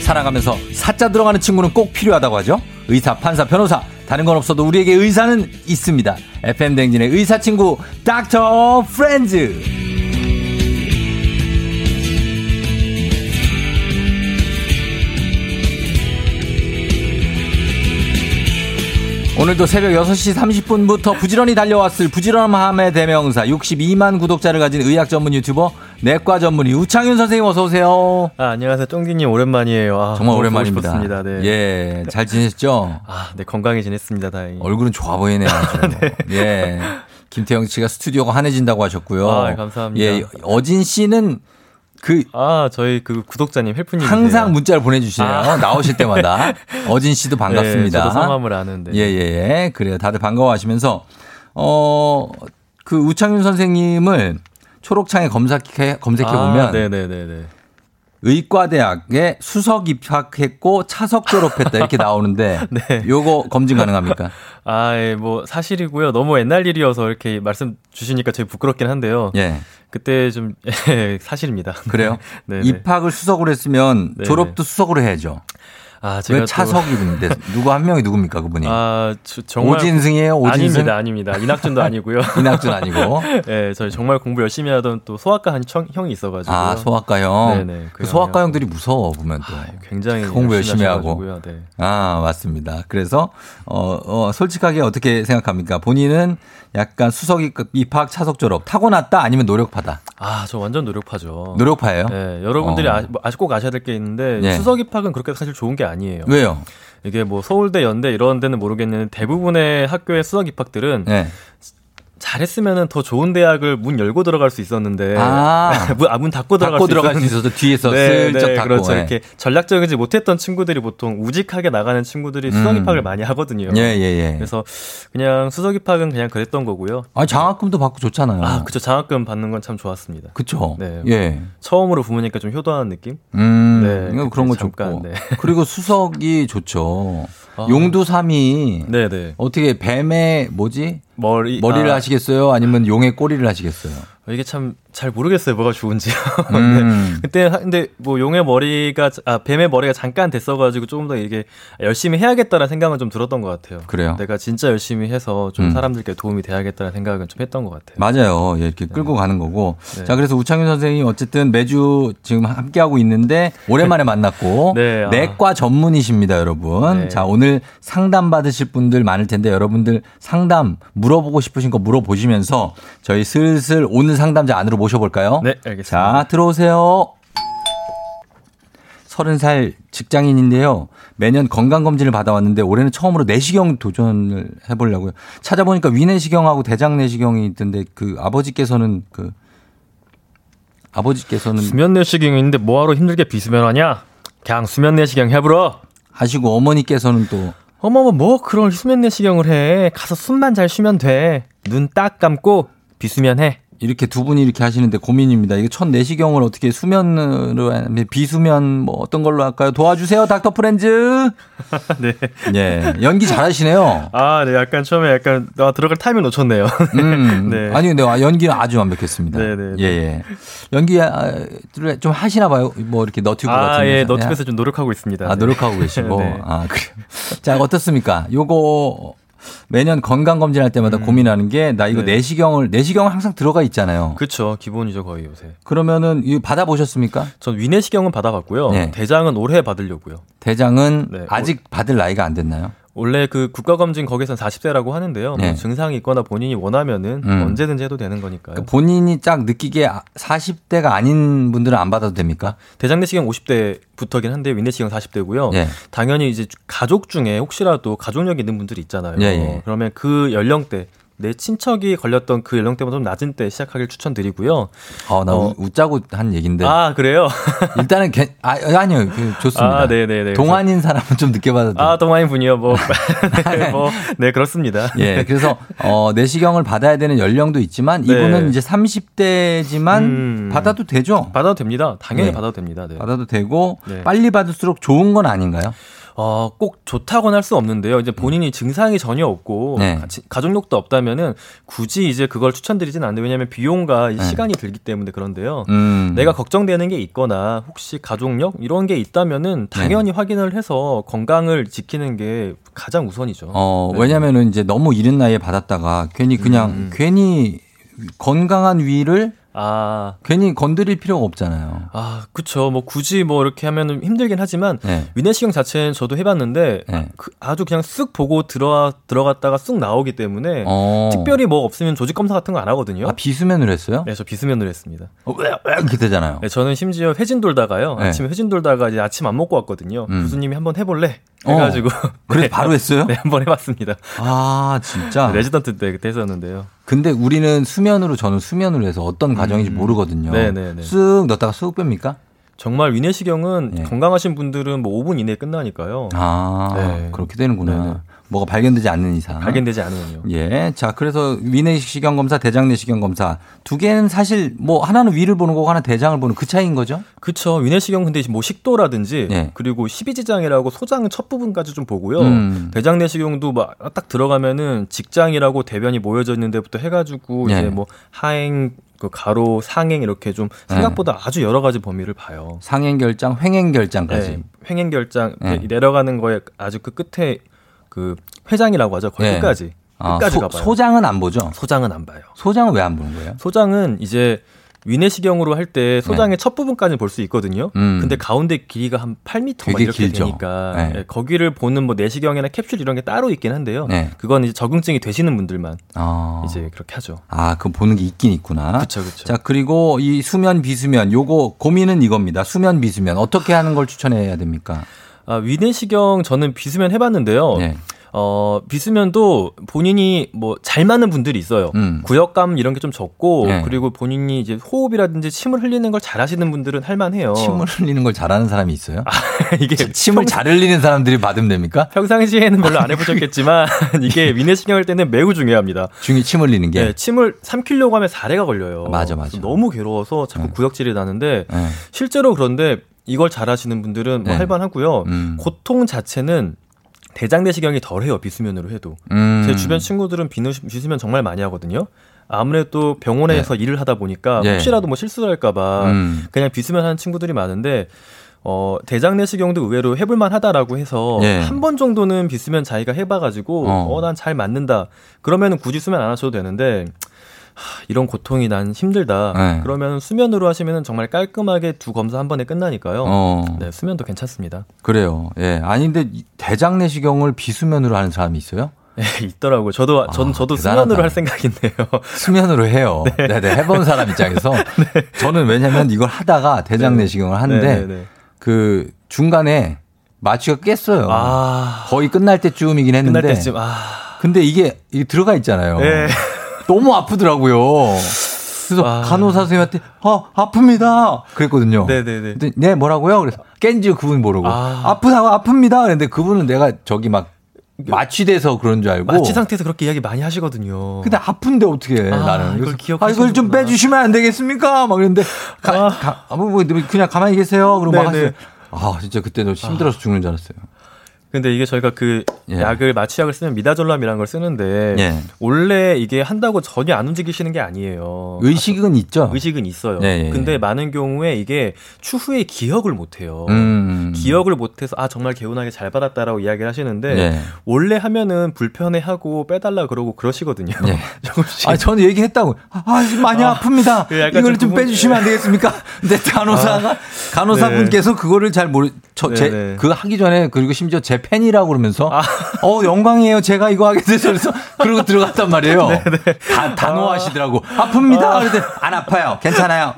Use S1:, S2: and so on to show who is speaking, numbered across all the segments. S1: 살아가면서 사자 들어가는 친구는 꼭 필요하다고 하죠. 의사, 판사, 변호사. 다른 건 없어도 우리에게 의사는 있습니다. FM 댕진의 의사 친구 닥터 프렌즈. 오늘도 새벽 6시 30분부터 부지런히 달려왔을 부지런함의 대명사 62만 구독자를 가진 의학 전문 유튜버 내과 전문의 우창윤 선생님 어서 오세요.
S2: 아, 안녕하세요. 똥디님 오랜만이에요. 아,
S1: 정말
S2: 너무
S1: 오랜만입니다.
S2: 보고 싶었습니다. 네.
S1: 예, 잘 지내셨죠?
S2: 아, 네, 건강히 지냈습니다. 다행히.
S1: 얼굴은 좋아 보이네요. 아주. 예. 김태형 씨가 스튜디오가 환해진다고 하셨고요.
S2: 아, 감사합니다.
S1: 예, 어진 씨는 그
S2: 아, 저희 그 구독자님 헬프님.
S1: 항상 문자를 보내주시네요.
S2: 아. 네.
S1: 나오실 때마다 어진 씨도 반갑습니다.
S2: 저도 성함을 아는데.
S1: 예예예 그래요 다들 반가워하시면서 어, 어그 우창윤 선생님을 초록창에 검색해 검색해 보면
S2: 아, 네네네네.
S1: 의과대학에 수석 입학했고 차석 졸업했다 이렇게 나오는데
S2: 네.
S1: 요거 검증 가능합니까?
S2: 아, 예, 뭐, 사실이고요. 너무 옛날 일이어서 이렇게 말씀 주시니까 저희 부끄럽긴 한데요.
S1: 예
S2: 그때 좀, 예, 사실입니다.
S1: 그래요.
S2: 네.
S1: 입학을 수석으로 했으면
S2: 네네.
S1: 졸업도 수석으로 해야죠.
S2: 아, 제가.
S1: 왜
S2: 또-
S1: 차석이 근데 누구 한 명이 누굽니까 그분이?
S2: 아, 저- 정말.
S1: 오진승이에요 오진승
S2: 아닙니다, 아닙니다. 이낙준도 아니고요.
S1: 이낙준 아니고
S2: 예, 저희 정말 공부 열심히 하던 또 소아과 한 청- 형이 있어가지고.
S1: 아 소아과 형.
S2: 네네,
S1: 그
S2: 그
S1: 소아과 형들이 무서워 보면 또.
S2: 아, 굉장히
S1: 공부 열심히 하고.
S2: 하셔가지고요. 네.
S1: 아, 맞습니다. 그래서, 어, 어, 솔직하게 어떻게 생각합니까? 본인은 약간 수석 입학 차석 졸업 타고났다 아니면 노력파다?
S2: 아, 저 완전 노력파죠.
S1: 노력파예요?
S2: 네, 여러분들이
S1: 어.
S2: 아, 뭐 아직 꼭 아셔야 될 게 있는데
S1: 예.
S2: 수석 입학은 그렇게 사실 좋은 게 아니에요.
S1: 왜요?
S2: 이게 뭐 서울대, 연대 이런 데는 모르겠는데 대부분의 학교의 수석 입학들은
S1: 예.
S2: 잘했으면은 더 좋은 대학을 문 열고 들어갈 수 있었는데
S1: 아.
S2: 문, 아, 문 닫고 들어갈
S1: 닫고
S2: 수
S1: 들어갈 수
S2: 있었는데
S1: 있어서 뒤에서
S2: 네,
S1: 슬쩍
S2: 네,
S1: 닫고.
S2: 그렇죠.
S1: 예.
S2: 이렇게 전략적이지 못했던 친구들이 보통 우직하게 나가는 친구들이 수석
S1: 음.
S2: 입학을 많이 하거든요.
S1: 예, 예, 예.
S2: 그래서 그냥 수석 입학은 그냥 그랬던 거고요.
S1: 아, 장학금도 받고 좋잖아요.
S2: 아, 그쵸. 장학금 받는 건 참 좋았습니다.
S1: 그쵸.
S2: 네.
S1: 예.
S2: 처음으로 부모니까 좀 효도하는 느낌?
S1: 음,
S2: 네,
S1: 이거 그런 거
S2: 잠깐,
S1: 좋고.
S2: 네.
S1: 그리고 수석이 좋죠.
S2: 아.
S1: 용두삼이
S2: 네네.
S1: 어떻게 뱀의 뭐지?
S2: 머리
S1: 머리를
S2: 아,
S1: 하시겠어요? 아니면 용의 꼬리를 하시겠어요?
S2: 이게 참 잘 모르겠어요. 뭐가 좋은지요.
S1: 음.
S2: 네. 그때 하- 근데 뭐 용의 머리가 아 뱀의 머리가 잠깐 됐어가지고 조금 더 이게 열심히 해야겠다라는 생각은 좀 들었던 것 같아요.
S1: 그래요?
S2: 내가 진짜 열심히 해서 좀
S1: 음.
S2: 사람들께 도움이 돼야겠다는 생각은 좀 했던 것 같아요.
S1: 맞아요. 예, 이렇게 끌고 가는 거고.
S2: 네.
S1: 자, 그래서 우창윤 선생님 어쨌든 매주 지금 함께하고 있는데 오랜만에 만났고
S2: 네, 아.
S1: 내과 전문이십니다, 여러분.
S2: 네.
S1: 자, 오늘 상담 받으실 분들 많을 텐데 여러분들 상담 물어보고 싶으신 거 물어보시면서 저희 슬슬 오늘 상담자 안으로 모셔볼까요?
S2: 네, 알겠습니다.
S1: 자, 들어오세요. 서른 살 직장인인데요. 매년 건강검진을 받아왔는데 올해는 처음으로 내시경 도전을 해보려고요. 찾아보니까 위내시경하고 대장내시경이 있던데 그 아버지께서는 그 아버지께서는
S2: 수면 내시경 있는데 뭐하러 힘들게 비수면하냐? 그냥 수면 내시경 해보러.
S1: 하시고 어머니께서는 또
S2: 어머머 뭐 그런 수면 내시경을 해? 가서 숨만 잘 쉬면 돼. 눈 딱 감고 비수면해.
S1: 이렇게 두 분이 이렇게 하시는데 고민입니다. 이게 첫 내시경을 어떻게 수면으로 하면 비수면 뭐 어떤 걸로 할까요? 도와주세요, 닥터 프렌즈.
S2: 네.
S1: 예, 연기 잘하시네요.
S2: 아, 네. 약간 처음에 약간 아, 들어갈 타이밍 놓쳤네요.
S1: 음.
S2: 네.
S1: 아니 근데 연기는 아주 완벽했습니다.
S2: 네, 네, 네.
S1: 예, 예. 연기를 좀 하시나 봐요. 뭐 이렇게 너튜브
S2: 아,
S1: 같은
S2: 예.
S1: 데서.
S2: 너튜브에서 좀 노력하고 있습니다.
S1: 아, 노력하고 계시고.
S2: 네.
S1: 아, 그래요. 자, 어떻습니까? 요거 매년 건강 검진할 때마다 고민하는 게 나 이거
S2: 음. 네.
S1: 내시경을 내시경 항상 들어가 있잖아요. 그,
S2: 그렇죠. 기본이죠, 거의 요새.
S1: 러면은이 받아 보셨습니까?
S2: 전 위내시경은 받아봤고요.
S1: 네.
S2: 대장은 올해 받으려고요.
S1: 대장은
S2: 네.
S1: 아직 받을 나이가 안 됐나요?
S2: 원래 그 국가검진 거기선 40대라고 하는데요.
S1: 네.
S2: 뭐 증상이 있거나 본인이 원하면은
S1: 음.
S2: 언제든지 해도 되는 거니까요.
S1: 그러니까 본인이 딱 느끼기에 40대가 아닌 분들은 안 받아도 됩니까?
S2: 대장내시경 50대부터긴 한데 위내시경 40대고요.
S1: 예.
S2: 당연히 이제 가족 중에 혹시라도 가족력이 있는 분들이 있잖아요.
S1: 예, 예.
S2: 그러면 그 연령대 내 친척이 걸렸던 그 연령대보다 좀 낮은 때 시작하길 추천드리고요.
S1: 어, 나
S2: 어.
S1: 웃자고 한 얘긴데.
S2: 아 그래요?
S1: 일단은 괜 아, 아니요 그 좋습니다.
S2: 아 네네네.
S1: 동안인 사람은 좀 늦게 받아도
S2: 아 동아인 분이요. 뭐, 네, 뭐, 네 그렇습니다.
S1: 예 그래서 어 내시경을 받아야 되는 연령도 있지만
S2: 네.
S1: 이분은 이제 30대지만
S2: 음.
S1: 받아도 되죠.
S2: 받아도 됩니다. 당연히
S1: 네.
S2: 받아도 됩니다. 네.
S1: 받아도 되고
S2: 네.
S1: 빨리 받을수록 좋은 건 아닌가요?
S2: 어, 꼭 좋다고는 할 수 없는데요. 이제 본인이 증상이 전혀 없고
S1: 음. 네.
S2: 같이- 가족력도 없다면은 굳이 이제 그걸 추천드리진 않는데 왜냐하면 비용과 이
S1: 네.
S2: 시간이 들기 때문에 그런데요.
S1: 음.
S2: 내가 걱정되는 게 있거나 혹시 가족력 이런 게
S1: 네.
S2: 있다면은 당연히 확인을 해서 건강을 지키는 게 가장 우선이죠.
S1: 어,
S2: 네. 음.
S1: 왜냐면은 이제 너무 이른 나이에 받았다가 괜히 그냥 괜히 건강한 위를
S2: 아,
S1: 괜히 건드릴 필요가 없잖아요.
S2: 아, 그쵸. 뭐 굳이 뭐 이렇게 하면은 힘들긴 하지만
S1: 네.
S2: 위내시경 자체는 저도 해봤는데
S1: 네.
S2: 그 아주 그냥 쓱 보고 들어 들어갔다가 쓱 나오기 때문에
S1: 어.
S2: 특별히 뭐 없으면 조직 검사 같은 거 안 하거든요.
S1: 아, 비수면을 했어요?
S2: 네, 저 비수면을 했습니다.
S1: 어, 왜, 왜 이렇게 되잖아요.
S2: 네, 저는 심지어 회진 돌다가요.
S1: 네.
S2: 아침에 회진 돌다가 이제 아침 안 먹고 왔거든요.
S1: 음. 어.
S2: 교수님이 한번 해볼래? 해가지고
S1: 그래서
S2: 네,
S1: 바로 했어요?
S2: 네, 한번 해봤습니다.
S1: 아, 진짜.
S2: 네, 레지던트 때 그때 했었는데요.
S1: 근데 우리는 수면으로 저는 수면으로 해서 어떤 과정인지
S2: 음.
S1: 모르거든요.
S2: 네네네. 어.
S1: 쓱 넣었다가 쓱 뺍니까?
S2: 정말 위내시경은
S1: 네.
S2: 건강하신 분들은 뭐 5분 이내에 끝나니까요.
S1: 아,
S2: 네.
S1: 그렇게 되는구나.
S2: 네네.
S1: 뭐가 발견되지 않는 이상.
S2: 발견되지 않으면요.
S1: 예. 자, 그래서 위내시경 검사, 대장 내시경 검사 두 개는 사실 뭐 하나는 위를 보는 거고 하나 대장을 보는 그 차이인 거죠?
S2: 그쵸. 위내시경 근데 뭐 식도라든지
S1: 네.
S2: 그리고 십이지장이라고 소장 첫 부분까지 좀 보고요.
S1: 음.
S2: 대장 내시경도 막 딱 들어가면은 직장이라고 대변이 모여져 있는 데부터 해가지고
S1: 네.
S2: 이제 뭐 하행, 그 가로, 상행 이렇게 좀
S1: 네.
S2: 생각보다 아주 여러 가지 범위를 봐요.
S1: 상행 결장, 횡행 결장까지.
S2: 네. 횡행 결장
S1: 네.
S2: 내- 내려가는 거에 아주 그 끝에 그 회장이라고 하죠. 거의
S1: 네.
S2: 끝까지.
S1: 아,
S2: 끝까지
S1: 소,
S2: 가봐요.
S1: 소장은 안 보죠?
S2: 소장은 안 봐요.
S1: 소장은 왜 안 보는 거예요?
S2: 소장은 이제 위내시경으로 할 때 소장의 첫 부분까지 볼 수 있거든요.
S1: 네. 음.
S2: 근데 가운데 길이가 한 8m만
S1: 되게
S2: 이렇게
S1: 길죠.
S2: 되니까
S1: 네.
S2: 예, 거기를 보는 뭐 내시경이나 캡슐 이런 게 따로 있긴 한데요.
S1: 네.
S2: 그건 이제 적응증이 되시는 분들만
S1: 아.
S2: 이제 그렇게 하죠.
S1: 아, 그 보는 게 있긴 있구나.
S2: 그렇죠, 그렇죠.
S1: 자, 그리고 이 수면 비수면 요거 고민은 이겁니다. 수면 비수면 어떻게 하는 걸 추천해야 됩니까?
S2: 아, 위내시경 저는 비수면 해봤는데요.
S1: 네.
S2: 어, 비수면도 본인이 뭐 잘 맞는 분들이 있어요.
S1: 음.
S2: 구역감 이런 게 좀 적고
S1: 네.
S2: 그리고 본인이 이제 호흡이라든지 침을 흘리는 걸 잘하시는 분들은 할만해요.
S1: 침을 흘리는 걸 잘하는 사람이 있어요?
S2: 아, 이게
S1: 침을 잘 흘리는 사람들이 받으면 됩니까?
S2: 평상시에는 별로 안 해보셨겠지만
S1: 네.
S2: 이게 위내시경 할 때는 매우 중요합니다.
S1: 중에 침 흘리는 게.
S2: 네, 침을 삼키려고 하면 사례가 걸려요.
S1: 예. 맞아, 맞아.
S2: 그래서 너무 괴로워서 자꾸 구역질이 나는데
S1: 네.
S2: 실제로 그런데 이걸 잘하시는 분들은 뭐
S1: 네.
S2: 할만하고요.
S1: 음.
S2: 고통 자체는 대장내시경이 덜해요 비수면으로 해도.
S1: 음.
S2: 제 주변 친구들은 비누- 비수면 정말 많이 하거든요. 아무래도 병원에서 일을 하다 보니까
S1: 예.
S2: 혹시라도 뭐 실수를 할까봐
S1: 네. 음.
S2: 그냥 비수면 하는 친구들이 많은데 어 대장내시경도 의외로 해볼만 하다라고 해서
S1: 예.
S2: 한 번 정도는 비수면 자기가 해봐가지고
S1: 어.
S2: 어 난 잘 맞는다 그러면은 굳이 수면 안 하셔도 되는데 하, 이런 고통이 난 힘들다
S1: 네.
S2: 그러면 수면으로 하시면은 정말 깔끔하게 두 검사 한 번에 끝나니까요
S1: 어.
S2: 네 수면도 괜찮습니다
S1: 그래요. 예. 아닌데 대장 내시경을 비수면으로 하는 사람이 있어요?
S2: 네, 있더라고요 저도 전
S1: 아,
S2: 저도
S1: 대단하다.
S2: 수면으로 할 생각인데요
S1: 수면으로 해요. 네. 네, 해본 사람 입장에서 저는 왜냐면 이걸 하다가 대장
S2: 네.
S1: 내시경을 하는데
S2: 네, 네.
S1: 그 중간에 마취가 깼어요.
S2: 아
S1: 거의 끝날 때쯤이긴 했는데.
S2: 끝날 때쯤 아
S1: 근데 이게, 이게 들어가 있잖아요.
S2: 네.
S1: 너무 아프더라고요. 그래서
S2: 아.
S1: 간호사 선생님한테 아 아픕니다. 그랬거든요.
S2: 네네네
S1: 근데 네 뭐라고요? 그래서 깬지 그분 모르고
S2: 아.
S1: 아. 프다고 아픕니다. 그랬는데 그분은 내가 저기 막 마취돼서 그런 줄 알고.
S2: 마취 상태에서 그렇게 이야기 많이 하시거든요
S1: 근데 아픈데 어떻게 해,
S2: 아,
S1: 나는
S2: 이걸
S1: 그래서,
S2: 기억하시는구나.
S1: 아 이걸 좀 빼주시면 안 되겠습니까? 막 그랬는데 가,
S2: 아.
S1: 가, 아, 뭐, 뭐, 그냥 가만히 계세요. 그러고 막
S2: 네네. 아,
S1: 하세요. 아 진짜 그때 너 힘들어서 죽는 줄 알았어요.
S2: 근데 이게 저희가 그
S1: 예.
S2: 약을 마취약을 쓰면 미다졸람이라는 걸 쓰는데
S1: 예.
S2: 원래 이게 한다고 전혀 안 움직이시는 게 아니에요.
S1: 의식은 있죠.
S2: 의식은 있어요.
S1: 예, 예,
S2: 근데
S1: 예.
S2: 많은 경우에 이게 추후에 기억을 못 해요.
S1: 음.
S2: 기억을 못해서 아 정말 개운하게 잘 받았다라고 이야기를 하시는데
S1: 예.
S2: 원래 하면은 불편해하고 빼달라 그러고 그러시거든요.
S1: 예.
S2: 조금씩
S1: 아, 저는 얘기했다고. 아, 아, 지금 많이 아, 픕니다
S2: 그 약간
S1: 이걸
S2: 좀
S1: 좀
S2: 부분- 예. 아,
S1: 빼주시면 안 되겠습니까? 근데 간호사가, 간호사분께서 그거를 잘 모르, 저, 제,
S2: 네. 네네. 아.
S1: 그 하기 전에, 그리고 심지어 제 팬이라고 그러면서, 어, 영광이에요. 제가 이거 하게 돼서, 그래서, 그러고 들어갔단 말이에요.
S2: 네,
S1: 다, 단호하시더라고. 아픕니다. 그런데, 안 아파요. 괜찮아요.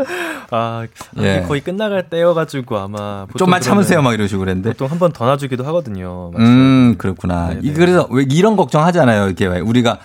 S2: 아
S1: 예.
S2: 거의 끝나갈 때여가지고 아마 보통
S1: 좀만 참으세요.
S2: 그러면
S1: 막 이러시고 그랬는데.
S2: 보통 한 번 더 놔주기도 하거든요.
S1: 음, 그렇구나.
S2: 네네.
S1: 이 그래서 왜 이런 걱정 하잖아요. 이렇게 왜 우리가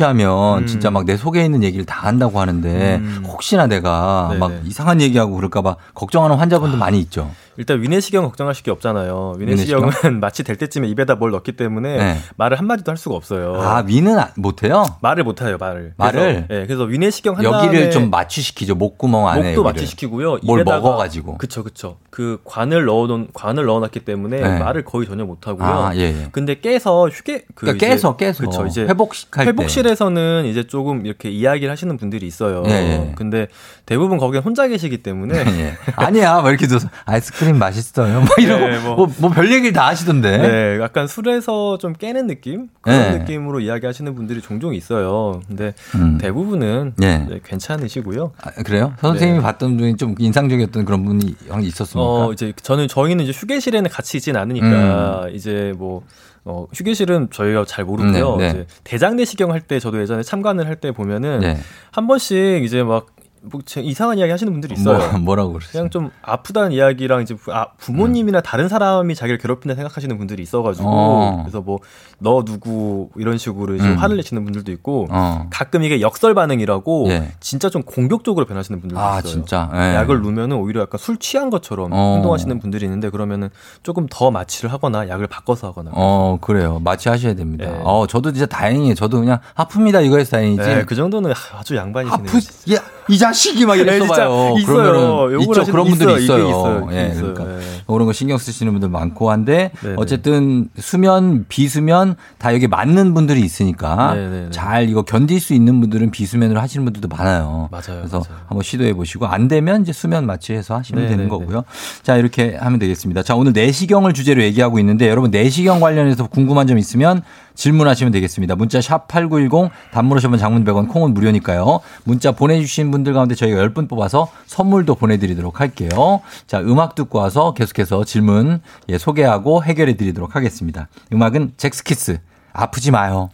S1: 마취하면 진짜 막 내 속에 있는 얘기를 다 한다고 하는데
S2: 음.
S1: 혹시나 내가
S2: 네네. 아.
S1: 막 이상한 얘기하고 그럴까봐 걱정하는 환자분도 많이 있죠.
S2: 일단 위내시경 걱정하실 게 없잖아요. 위내시경은 마취 될 때쯤에 입에다 뭘 넣기 때문에
S1: 네.
S2: 말을 한 마디도 할 수가 없어요.
S1: 아 위는 안- 못해요?
S2: 말을 못 해요, 말을.
S1: 말을?
S2: 그래서, 예, 그래서 위내시경 한 다음에
S1: 여기를 좀 마취시키죠 목구멍 안에
S2: 네. 목도
S1: 여기를.
S2: 마취시키고요.
S1: 뭘
S2: 입에다가-
S1: 먹어가지고.
S2: 그쵸, 그쵸. 그 관을 넣어놓은, 관을 넣어놨기 때문에
S1: 네.
S2: 말을 거의 전혀 못하고요.
S1: 아 예. 예.
S2: 근데 깨서 휴게, 그.
S1: 그러니까
S2: 이제-
S1: 깨서 깨서
S2: 그쵸, 이제.
S1: 회복할 때.
S2: 회복실에서는 이제 조금 이렇게 이야기를 하시는 분들이 있어요.
S1: 예, 예.
S2: 근데 대부분 거기는 혼자 계시기 때문에
S1: 예. 아니야, 왜 이렇게 줘서 아이스크림 맛있어요? 뭐 이러고
S2: 네, 뭐.
S1: 뭐 뭐 별 얘기를 다 하시던데.
S2: 네, 약간 술에서 좀 깨는 느낌 그런
S1: 네.
S2: 느낌으로 이야기하시는 분들이 종종 있어요. 근데
S1: 음.
S2: 대부분은
S1: 네.
S2: 네, 괜찮으시고요.
S1: 아, 그래요? 선생님이 봤던 분이 좀 인상적이었던 그런 분이 형 있었습니까?
S2: 어 이제 저는 저희는 이제 휴게실에는 같이 있진 않으니까
S1: 음.
S2: 이제 뭐 어, 휴게실은 저희가 잘 모르고요.
S1: 네, 네.
S2: 이제 대장 내시경 할 때 저도 예전에 참관을 할 때 보면은
S1: 네.
S2: 한 번씩 이제 막 뭐, 제- 이상한 이야기 하시는 분들이 있어요.
S1: 뭐, 뭐라고 그러세요?
S2: 그냥 좀 아프다는 이야기랑 이제 부- 아, 부모님이나 다른 사람이 자기를 괴롭힌다 생각하시는 분들이 있어가지고
S1: 음. 어.
S2: 그래서 뭐 너 누구 이런 식으로 좀
S1: 음.
S2: 화를 내시는 분들도 있고
S1: 어.
S2: 가끔 이게 역설 반응이라고
S1: 예.
S2: 진짜 좀 공격적으로 변하시는 분들도
S1: 아,
S2: 있어요.
S1: 진짜. 예.
S2: 약을 놓으면은 오히려 약간 술 취한 것처럼
S1: 어.
S2: 행동하시는 분들이 있는데 그러면은 조금 더 마취를 하거나 약을 바꿔서 하거나
S1: 어, 그래요. 마취하셔야 됩니다.
S2: 예.
S1: 어, 저도 진짜 다행이에요. 저도 그냥 아픕니다. 이거에서 다행이지.
S2: 네, 그 정도는 아주 양반이시네요.
S1: 아프, 야, 이 자식이 막
S2: 네,
S1: 이래
S2: 진짜
S1: 써봐요.
S2: 있어요.
S1: 그러면은
S2: 욕을
S1: 있죠.
S2: 하시는
S1: 그런
S2: 분이
S1: 분들이 있어요.
S2: 있어요. 이게 있어요. 이게
S1: 예,
S2: 있어요.
S1: 그러니까
S2: 예.
S1: 그런 거 신경 쓰시는 분들 많고 한데
S2: 네, 네.
S1: 어쨌든 수면, 비수면 다 여기 맞는 분들이 있으니까
S2: 네, 네, 네.
S1: 잘 이거 견딜 수 있는 분들은 비수면으로 하시는 분들도 많아요.
S2: 맞아요,
S1: 그래서
S2: 맞아요.
S1: 한번 시도해 보시고 안 되면 이제 수면 마취해서 하시면
S2: 네,
S1: 되는
S2: 네,
S1: 거고요. 자, 이렇게 하면 되겠습니다. 자, 오늘 내시경을 주제로 얘기하고 있는데 여러분 내시경 관련해서 궁금한 점 있으면 질문하시면 되겠습니다. 문자 샵 8910 단문오시면 장문 100원 콩은 무료니까요. 문자 보내주신 분들 가운데 저희가 10분 뽑아서 선물도 보내드리도록 할게요. 자, 음악 듣고 와서 계속해서 질문 예, 소개하고 해결해 드리도록 하겠습니다. 음악은 잭스키스 아프지 마요.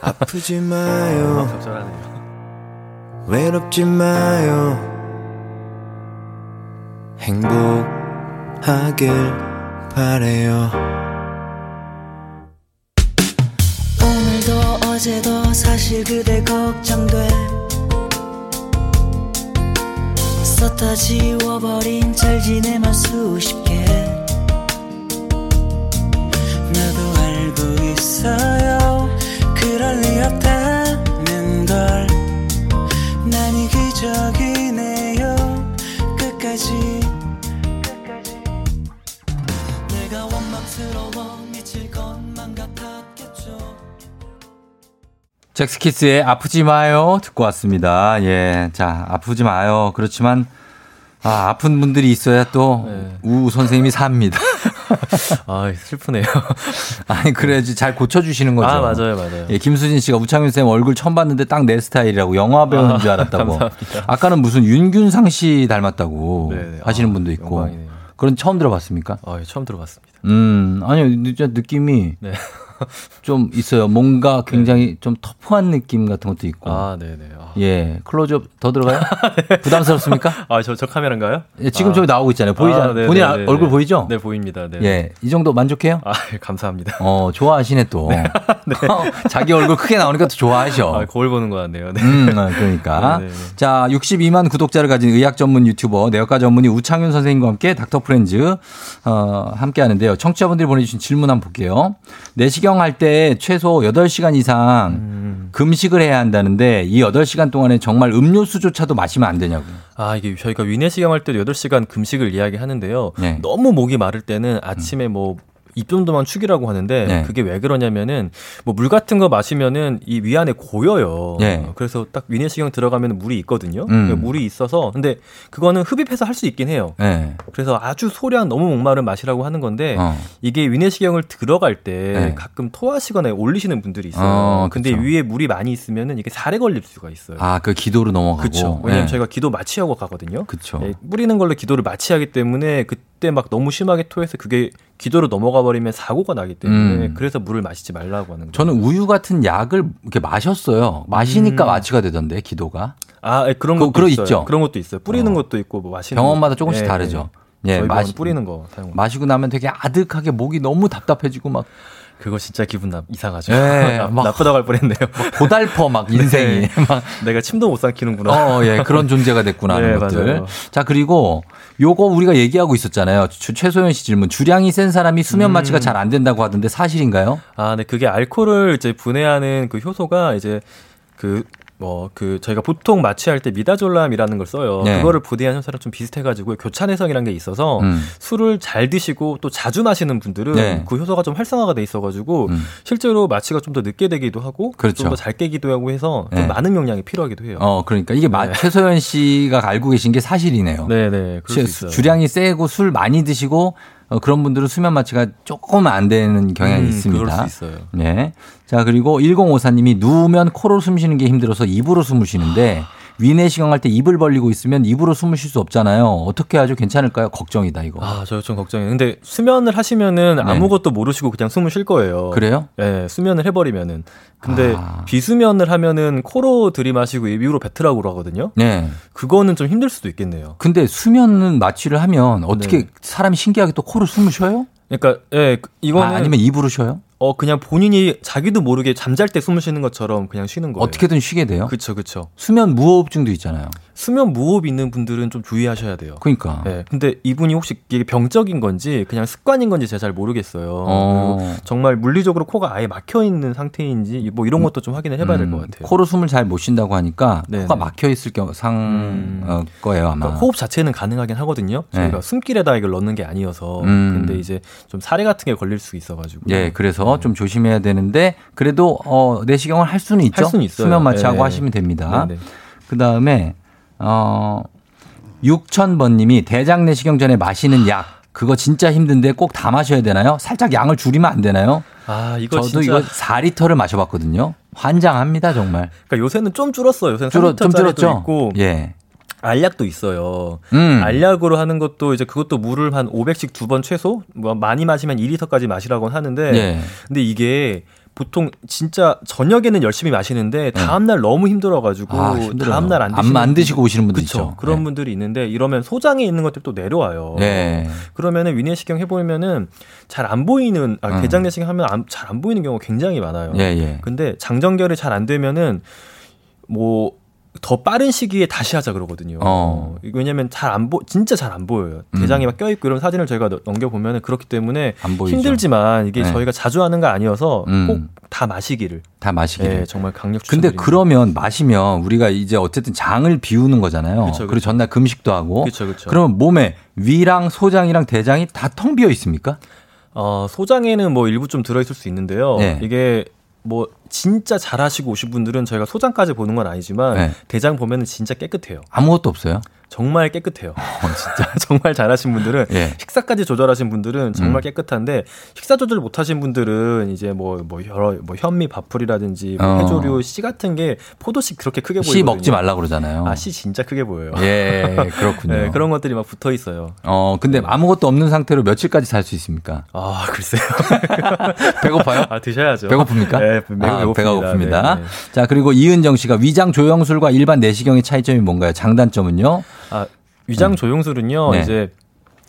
S3: 아프지 마요
S2: 적절하네요.
S3: 외롭지 마요 행복하길 바래요
S4: 오늘도 어제도 사실 그대 걱정돼 썼다 지워버린 잘 지내만 수십 개 나도 알고 있어요 그럴 리 없다는 걸 난 이기적이네요 끝까지 끝까지 내가 원망스러워 미칠 것만 같았겠죠
S1: 잭스키스의 아프지 마요 듣고 왔습니다. 예. 자, 아프지 마요. 그렇지만 아, 아픈 분들이 있어야 또
S2: 네.
S1: 우 선생님이 삽니다.
S2: 아 슬프네요.
S1: 아니 그래야지 잘 고쳐주시는 거죠.
S2: 아 맞아요, 맞아요.
S1: 예, 김수진 씨가 우창윤 쌤 얼굴 처음 봤는데 딱 내 스타일이라고 영화 배우인 줄 알았다고.
S2: 아, 감사합니다.
S1: 아까는 무슨 윤균상 씨 닮았다고
S2: 네네.
S1: 하시는
S2: 아,
S1: 분도 있고.
S2: 영광이네요.
S1: 그런 처음 들어봤습니까?
S2: 아, 예, 처음 들어봤습니다.
S1: 음, 아니요, 진짜 느낌이
S2: 네.
S1: 좀 있어요. 뭔가 굉장히 좀 터프한 느낌 같은 것도 있고.
S2: 아, 네네. 아,
S1: 예, 클로즈업 더 들어가요? 부담스럽습니까?
S2: 아, 저, 저 카메라인가요?
S1: 예, 지금
S2: 네. 아.
S1: 저기 나오고 있잖아요. 보이지
S2: 아,
S1: 않아요?
S2: 네네네네.
S1: 본인 아- 얼굴 보이죠?
S2: 네, 보입니다. 네.
S1: 예, 이 정도 만족해요?
S2: 아, 예, 감사합니다.
S1: 어, 좋아하시네 또. 어, 자기 얼굴 크게 나오니까 또 좋아하셔.
S2: 아, 거울 보는 거 같네요. 네.
S1: 음, 아, 그러니까.
S2: 네, 네, 네.
S1: 자, 62만 구독자를 가진 의학 전문 유튜버, 내과과 전문의 우창윤 선생님과 함께 닥터 프렌즈, 어, 함께 하는데요. 청취자분들이 보내주신 질문 한번 볼게요. 내시경 할 때 최소 8시간 이상
S2: 음.
S1: 금식을 해야 한다는데 이 8시간 동안에 정말 음료수조차도 마시면 안 되냐고.
S2: 아, 이게 저희가 위내시경 할 때도 8시간 금식을 이야기하는데요.
S1: 네.
S2: 너무 목이 마를 때는 아침에 뭐, 입 정도만 축이라고 하는데
S1: 네.
S2: 그게 왜 그러냐면은 뭐 물 같은 거 마시면은 이 위안에 고여요. 어,
S1: 네.
S2: 그래서 딱 위내시경 들어가면 물이 있거든요.
S1: 음.
S2: 그 물이 있어서 근데 그거는 흡입해서 할 수 있긴 해요.
S1: 예.
S2: 그래서 아주 소량 너무 목마른 마시라고 하는 건데
S1: 어.
S2: 이게 위내시경을 들어갈 때
S1: 네.
S2: 가끔 토하시거나 올리시는 분들이 있어요.
S1: 어,
S2: 근데
S1: 그쵸.
S2: 위에 물이 많이 있으면은 이게 살에 걸릴 수가 있어요.
S1: 아, 그 기도로 넘어가고.
S2: 그렇죠.
S1: 예.
S2: 왜냐면 저희가 기도 마취하고 가거든요.
S1: 그쵸.
S2: 예, 뿌리는 걸로 기도를 마취하기 때문에 그때 막 너무 심하게 토해서 그게 기도로 넘어가 버리면 사고가 나기 때문에
S1: 음.
S2: 그래서 물을 마시지 말라고 하는 거예요.
S1: 저는 우유 같은 약을 이렇게 마셨어요. 마시니까
S2: 음.
S1: 마취가 되던데, 기도가.
S2: 아 예, 그런
S1: 그-
S2: 것도
S1: 그런
S2: 있어요.
S1: 있죠.
S2: 그런 것도 있어요. 뿌리는
S1: 어.
S2: 것도 있고 뭐 마시는
S1: 병원마다
S2: 것도-
S1: 조금씩
S2: 예,
S1: 다르죠.
S2: 예,
S1: 예,
S2: 저희 병원
S1: 마시-
S2: 뿌리는 거 사용.
S1: 마시고 나면 되게 아득하게 목이 너무 답답해지고 막
S2: 그거 진짜 기분 나, 이상하죠.
S1: 네,
S2: 나,
S1: 막-
S2: 나쁘다고 할 뻔했네요.
S1: 고달퍼 막 인생이
S2: 네.
S1: 막
S2: 내가 침도 못 삼키는구나.
S1: 어, 예, 그런 존재가 됐구나 하는
S2: 네,
S1: 것들.
S2: 맞아요.
S1: 자, 그리고 요거 우리가 얘기하고 있었잖아요. 최- 최소연 씨 질문. 주량이 센 사람이
S2: 음.
S1: 수면 마취가 잘 안 된다고 하던데 사실인가요?
S2: 아, 네, 그게 알코올을 이제 분해하는 그 효소가 이제 그 뭐, 그, 저희가 보통 마취할 때 미다졸람이라는 걸 써요.
S1: 네.
S2: 그거를 분해하는 효소랑 좀 비슷해가지고 교차내성이라는 게 있어서
S1: 음.
S2: 술을 잘 드시고 또 자주 마시는 분들은
S1: 네.
S2: 그 효소가 좀 활성화가 돼 있어가지고
S1: 음.
S2: 실제로 마취가 좀 더 늦게 되기도 하고
S1: 그렇죠.
S2: 좀 더 잘 깨기도 하고 해서 좀
S1: 네.
S2: 많은 용량이 필요하기도 해요.
S1: 어, 그러니까 이게 마-
S2: 네.
S1: 최소연 씨가 알고 계신 게 사실이네요.
S2: 네네. 그럴 수 있어요.
S1: 주량이 세고 술 많이 드시고 어, 그런 분들은 수면 마취가 조금 안 되는 경향이
S2: 음,
S1: 있습니다.
S2: 그럴 수 있어요.
S1: 네. 자, 그리고 1054님이 누우면 코로 숨 쉬는 게 힘들어서 입으로 숨을 쉬는데
S2: 아.
S1: 위내시경 할 때 입을 벌리고 있으면 입으로 숨을 쉴 수 없잖아요. 어떻게 하죠? 괜찮을까요? 걱정이다, 이거.
S2: 아, 저 좀 걱정해요. 근데 수면을 하시면은 아무것도 모르시고 그냥 숨을 쉴 거예요.
S1: 네. 그래요?
S2: 예, 수면을 해버리면은. 근데
S1: 아.
S2: 비수면을 하면은 코로 들이마시고 입으로 뱉으라고 그러거든요.
S1: 네.
S2: 그거는 좀 힘들 수도 있겠네요.
S1: 근데 수면은 마취를 하면 어떻게
S2: 네.
S1: 사람이 신기하게 또 코로 숨을 쉬어요?
S2: 그러니까 예, 그- 이거는
S1: 아, 아니면 입으로 쉬어요?
S2: 어 그냥 본인이 자기도 모르게 잠잘 때 숨을 쉬는 것처럼 그냥 쉬는 거예요.
S1: 어떻게든 쉬게 돼요?
S2: 그쵸 그쵸.
S1: 수면 무호흡증도 있잖아요.
S2: 수면 무호흡 있는 분들은 좀 주의하셔야 돼요.
S1: 그러니까.
S2: 예. 근데 이분이 혹시 이게 병적인 건지 그냥 습관인 건지 제가 잘 모르겠어요.
S1: 어.
S2: 그리고 정말 물리적으로 코가 아예 막혀 있는 상태인지 뭐 이런 것도 좀 확인을 해봐야 될
S1: 음,
S2: 것 같아요.
S1: 코로 숨을 잘 못 쉰다고 하니까
S2: 네,
S1: 코가
S2: 네.
S1: 막혀 있을 경우 상
S2: 음.
S1: 어, 거예요 아마.
S2: 그러니까 호흡 자체는 가능하긴 하거든요.
S1: 네.
S2: 저희가 숨길에다 이걸 넣는 게 아니어서.
S1: 음.
S2: 근데 이제 좀 사례 같은 게 걸릴 수 있어가지고.
S1: 예, 그래서 좀 조심해야 되는데 그래도 어, 내시경을 할 수는 있죠.
S2: 할 수는 있어요.
S1: 수면 마취하고
S2: 네.
S1: 하시면 됩니다.
S2: 네네.
S1: 그 다음에 어 6000번님이 대장 내시경 전에 마시는 약 그거 진짜 힘든데 꼭 다 마셔야 되나요? 살짝 양을 줄이면 안 되나요?
S2: 아 이거
S1: 저도
S2: 진짜.
S1: 이거 4리터를 마셔봤거든요. 환장합니다 정말.
S2: 그러니까 요새는 좀 줄었어요. 요새는
S1: 줄어 좀
S2: 3리터짜리도
S1: 줄었죠.
S2: 있고 아,
S1: 예.
S2: 알약도 있어요.
S1: 음.
S2: 알약으로 하는 것도 이제 그것도 물을 한 500씩 두 번 최소 뭐 많이 마시면 2리터까지 마시라고 하는데
S1: 예.
S2: 근데 이게 보통 진짜 저녁에는 열심히 마시는데 다음 날 너무 힘들어 가지고
S1: 예. 아, 힘들어요.
S2: 뭐 다음 날안
S1: 안-
S2: 드시는
S1: 안 드시고 오시는 분들
S2: 그쵸.
S1: 있죠.
S2: 그런
S1: 네.
S2: 분들이 있는데 이러면 소장에 있는 것들 또 내려와요.
S1: 네.
S2: 그러면은 위내시경 해보면은 잘 안 보이는 아,
S1: 음.
S2: 대장내시경 하면 잘 안 보이는 경우가 굉장히 많아요.
S1: 예, 예.
S2: 근데 장정결이 잘 안 되면은 뭐 더 빠른 시기에 다시 하자 그러거든요.
S1: 어. 음.
S2: 왜냐면 잘 안 보, 진짜 잘 안 보여요. 대장이 막 껴있고 이런 사진을 저희가 넘겨보면은 그렇기 때문에
S1: 안 보이죠.
S2: 힘들지만 이게
S1: 네.
S2: 저희가 자주 하는 거 아니어서
S1: 음.
S2: 꼭 다 마시기를.
S1: 다 마시기를.
S2: 예, 정말 강력
S1: 근데
S2: 추천드립니다.
S1: 그러면 마시면 우리가 이제 어쨌든 장을 비우는 거잖아요.
S2: 그쵸,
S1: 그리고
S2: 그쵸.
S1: 전날 금식도 하고.
S2: 그쵸, 그쵸.
S1: 러면 몸에 위랑 소장이랑 대장이 다 텅 비어 있습니까?
S2: 어, 소장에는 뭐 일부 좀 들어있을 수 있는데요.
S1: 네.
S2: 이게 뭐 진짜 잘하시고 오신 분들은 저희가 소장까지 보는 건 아니지만
S1: 네.
S2: 대장 보면은 진짜 깨끗해요.
S1: 아무것도 없어요.
S2: 정말 깨끗해요. 진짜 정말 잘하신 분들은
S1: 어, 예. 음.
S2: 식사까지 조절하신 분들은 정말 깨끗한데 식사 조절 못하신 분들은 이제 뭐 뭐 여러 뭐 현미 밥풀이라든지 뭐
S1: 어.
S2: 해조류 씨 같은 게 포도씨 그렇게 크게 보이거든요.
S1: 씨 먹지 말라 그러잖아요.
S2: 아씨 진짜 크게 보여요.
S1: 예, 그렇군요.
S2: 네, 그런 것들이 막 붙어 있어요.
S1: 어, 근데 아무것도 없는 상태로 며칠까지 살 수 있습니까?
S2: 아 글쎄요.
S1: 배고파요?
S2: 아 드셔야죠.
S1: 배고픕니다.
S2: 네, 매우
S1: 아,
S2: 배고픕니다.
S1: 배가 고픕니다.
S2: 네, 네.
S1: 자, 그리고 이은정 씨가 위장 조영술과 일반 내시경의 차이점이 뭔가요? 장단점은요?
S2: 아, 위장 조영술은요
S1: 네.
S2: 이제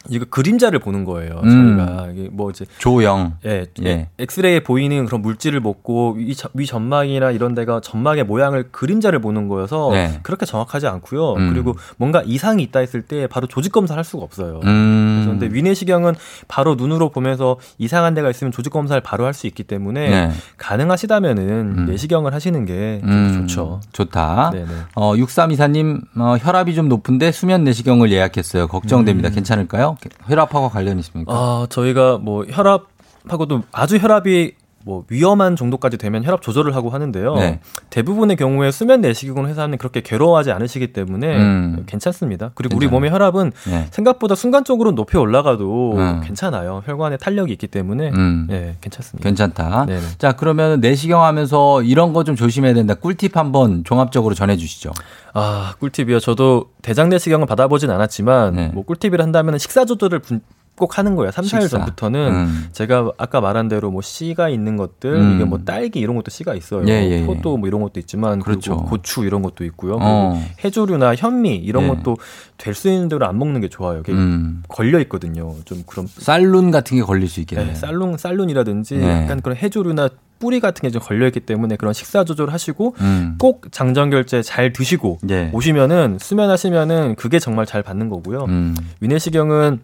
S2: 이거 그림자를 보는 거예요.
S1: 음.
S2: 저희가 이게 뭐 이제
S1: 조영.
S2: 예,
S1: 예.
S2: 엑스레이에 보이는 그런 물질을 먹고 위, 저- 위 점막이나 이런 데가 점막의 모양을 그림자를 보는 거여서
S1: 네.
S2: 그렇게 정확하지 않고요.
S1: 음.
S2: 그리고 뭔가 이상이 있다 했을 때 바로 조직 검사를 할 수가 없어요.
S1: 음.
S2: 그래서 근데 위내시경은 바로 눈으로 보면서 이상한 데가 있으면 조직 검사를 바로 할 수 있기 때문에
S1: 네.
S2: 가능하시다면은
S1: 음.
S2: 내시경을 하시는 게
S1: 음,
S2: 좋죠.
S1: 좋다.
S2: 네네.
S1: 어, 6324님, 어, 혈압이 좀 높은데 수면 내시경을 예약했어요. 걱정됩니다. 괜찮을까요? 혈압하고 관련 있습니까?
S2: 음. 아, 저희가 뭐 혈압하고도 아주 혈압이 뭐 위험한 정도까지 되면 혈압 조절을 하고 하는데요.
S1: 네.
S2: 대부분의 경우에 수면 내시경을 회사는 그렇게 괴로워하지 않으시기 때문에
S1: 음.
S2: 괜찮습니다. 그리고 우리
S1: 괜찮아요.
S2: 몸의 혈압은
S1: 네.
S2: 생각보다 순간적으로 높이 올라가도
S1: 음.
S2: 괜찮아요. 혈관에 탄력이 있기 때문에
S1: 음.
S2: 예, 괜찮습니다.
S1: 괜찮다.
S2: 네네.
S1: 자, 그러면 내시경 하면서 이런 거 좀 조심해야 된다. 꿀팁 한번 종합적으로 전해 주시죠.
S2: 아, 꿀팁이요. 저도 대장 내시경을 받아보진 않았지만
S1: 네.
S2: 뭐 꿀팁이라 한다면 식사 조절을 분- 꼭 하는 거예요. 3, 4일
S1: 식사.
S2: 전부터는
S1: 음.
S2: 제가 아까 말한 대로 뭐 씨가 있는 것들,
S1: 음.
S2: 이게 뭐 딸기 이런 것도 씨가 있어요.
S1: 예, 예, 예.
S2: 포도 뭐 이런 것도 있지만 그리고
S1: 그렇죠.
S2: 고추 이런 것도 있고요.
S1: 어.
S2: 그리고 해조류나 현미 이런
S1: 예.
S2: 것도 될 수 있는 대로 안 먹는 게 좋아요. 이게
S1: 음.
S2: 걸려 있거든요. 좀 그런
S1: 쌀룬 같은 게 걸릴 수 있겠네요.
S2: 네, 살룬 살룬이라든지
S1: 네.
S2: 약간 그런 해조류나 뿌리 같은 게 좀 걸려 있기 때문에 그런 식사 조절하시고
S1: 음.
S2: 꼭 장전 결제 잘 드시고
S1: 예.
S2: 오시면은 수면하시면은 그게 정말 잘 받는 거고요.
S1: 음.
S2: 위내시경은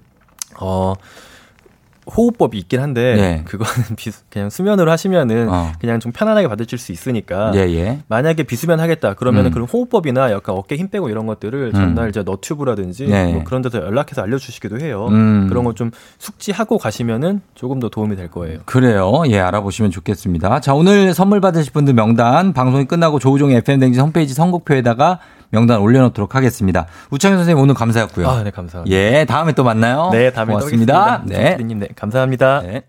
S2: 어 호흡법이 있긴 한데
S1: 네.
S2: 그거는 비, 그냥 수면으로 하시면은
S1: 어.
S2: 그냥 좀 편안하게 받으실 수 있으니까
S1: 예, 예.
S2: 만약에 비수면 하겠다 그러면
S1: 음.
S2: 은 그런 호흡법이나 약간 어깨 힘 빼고 이런 것들을 전날 이제 너튜브라든지
S1: 네.
S2: 뭐 그런 데서 연락해서 알려주시기도 해요.
S1: 음.
S2: 그런 거 좀 숙지하고 가시면은 조금 더 도움이 될 거예요.
S1: 그래요. 예, 알아보시면 좋겠습니다. 자, 오늘 선물 받으실 분들 명단 방송이 끝나고 조우종 FM 댕지 홈페이지 선곡표에다가 명단 올려놓도록 하겠습니다. 우창현 선생님 오늘 감사했고요.
S2: 아, 네
S1: 음.
S2: 감사합니다.
S1: 예, 다음에 또 만나요.
S2: 네 다음에 또
S1: 고맙습니다.
S2: 뵙겠습니다. 네. 네 감사합니다.
S1: 네. 네.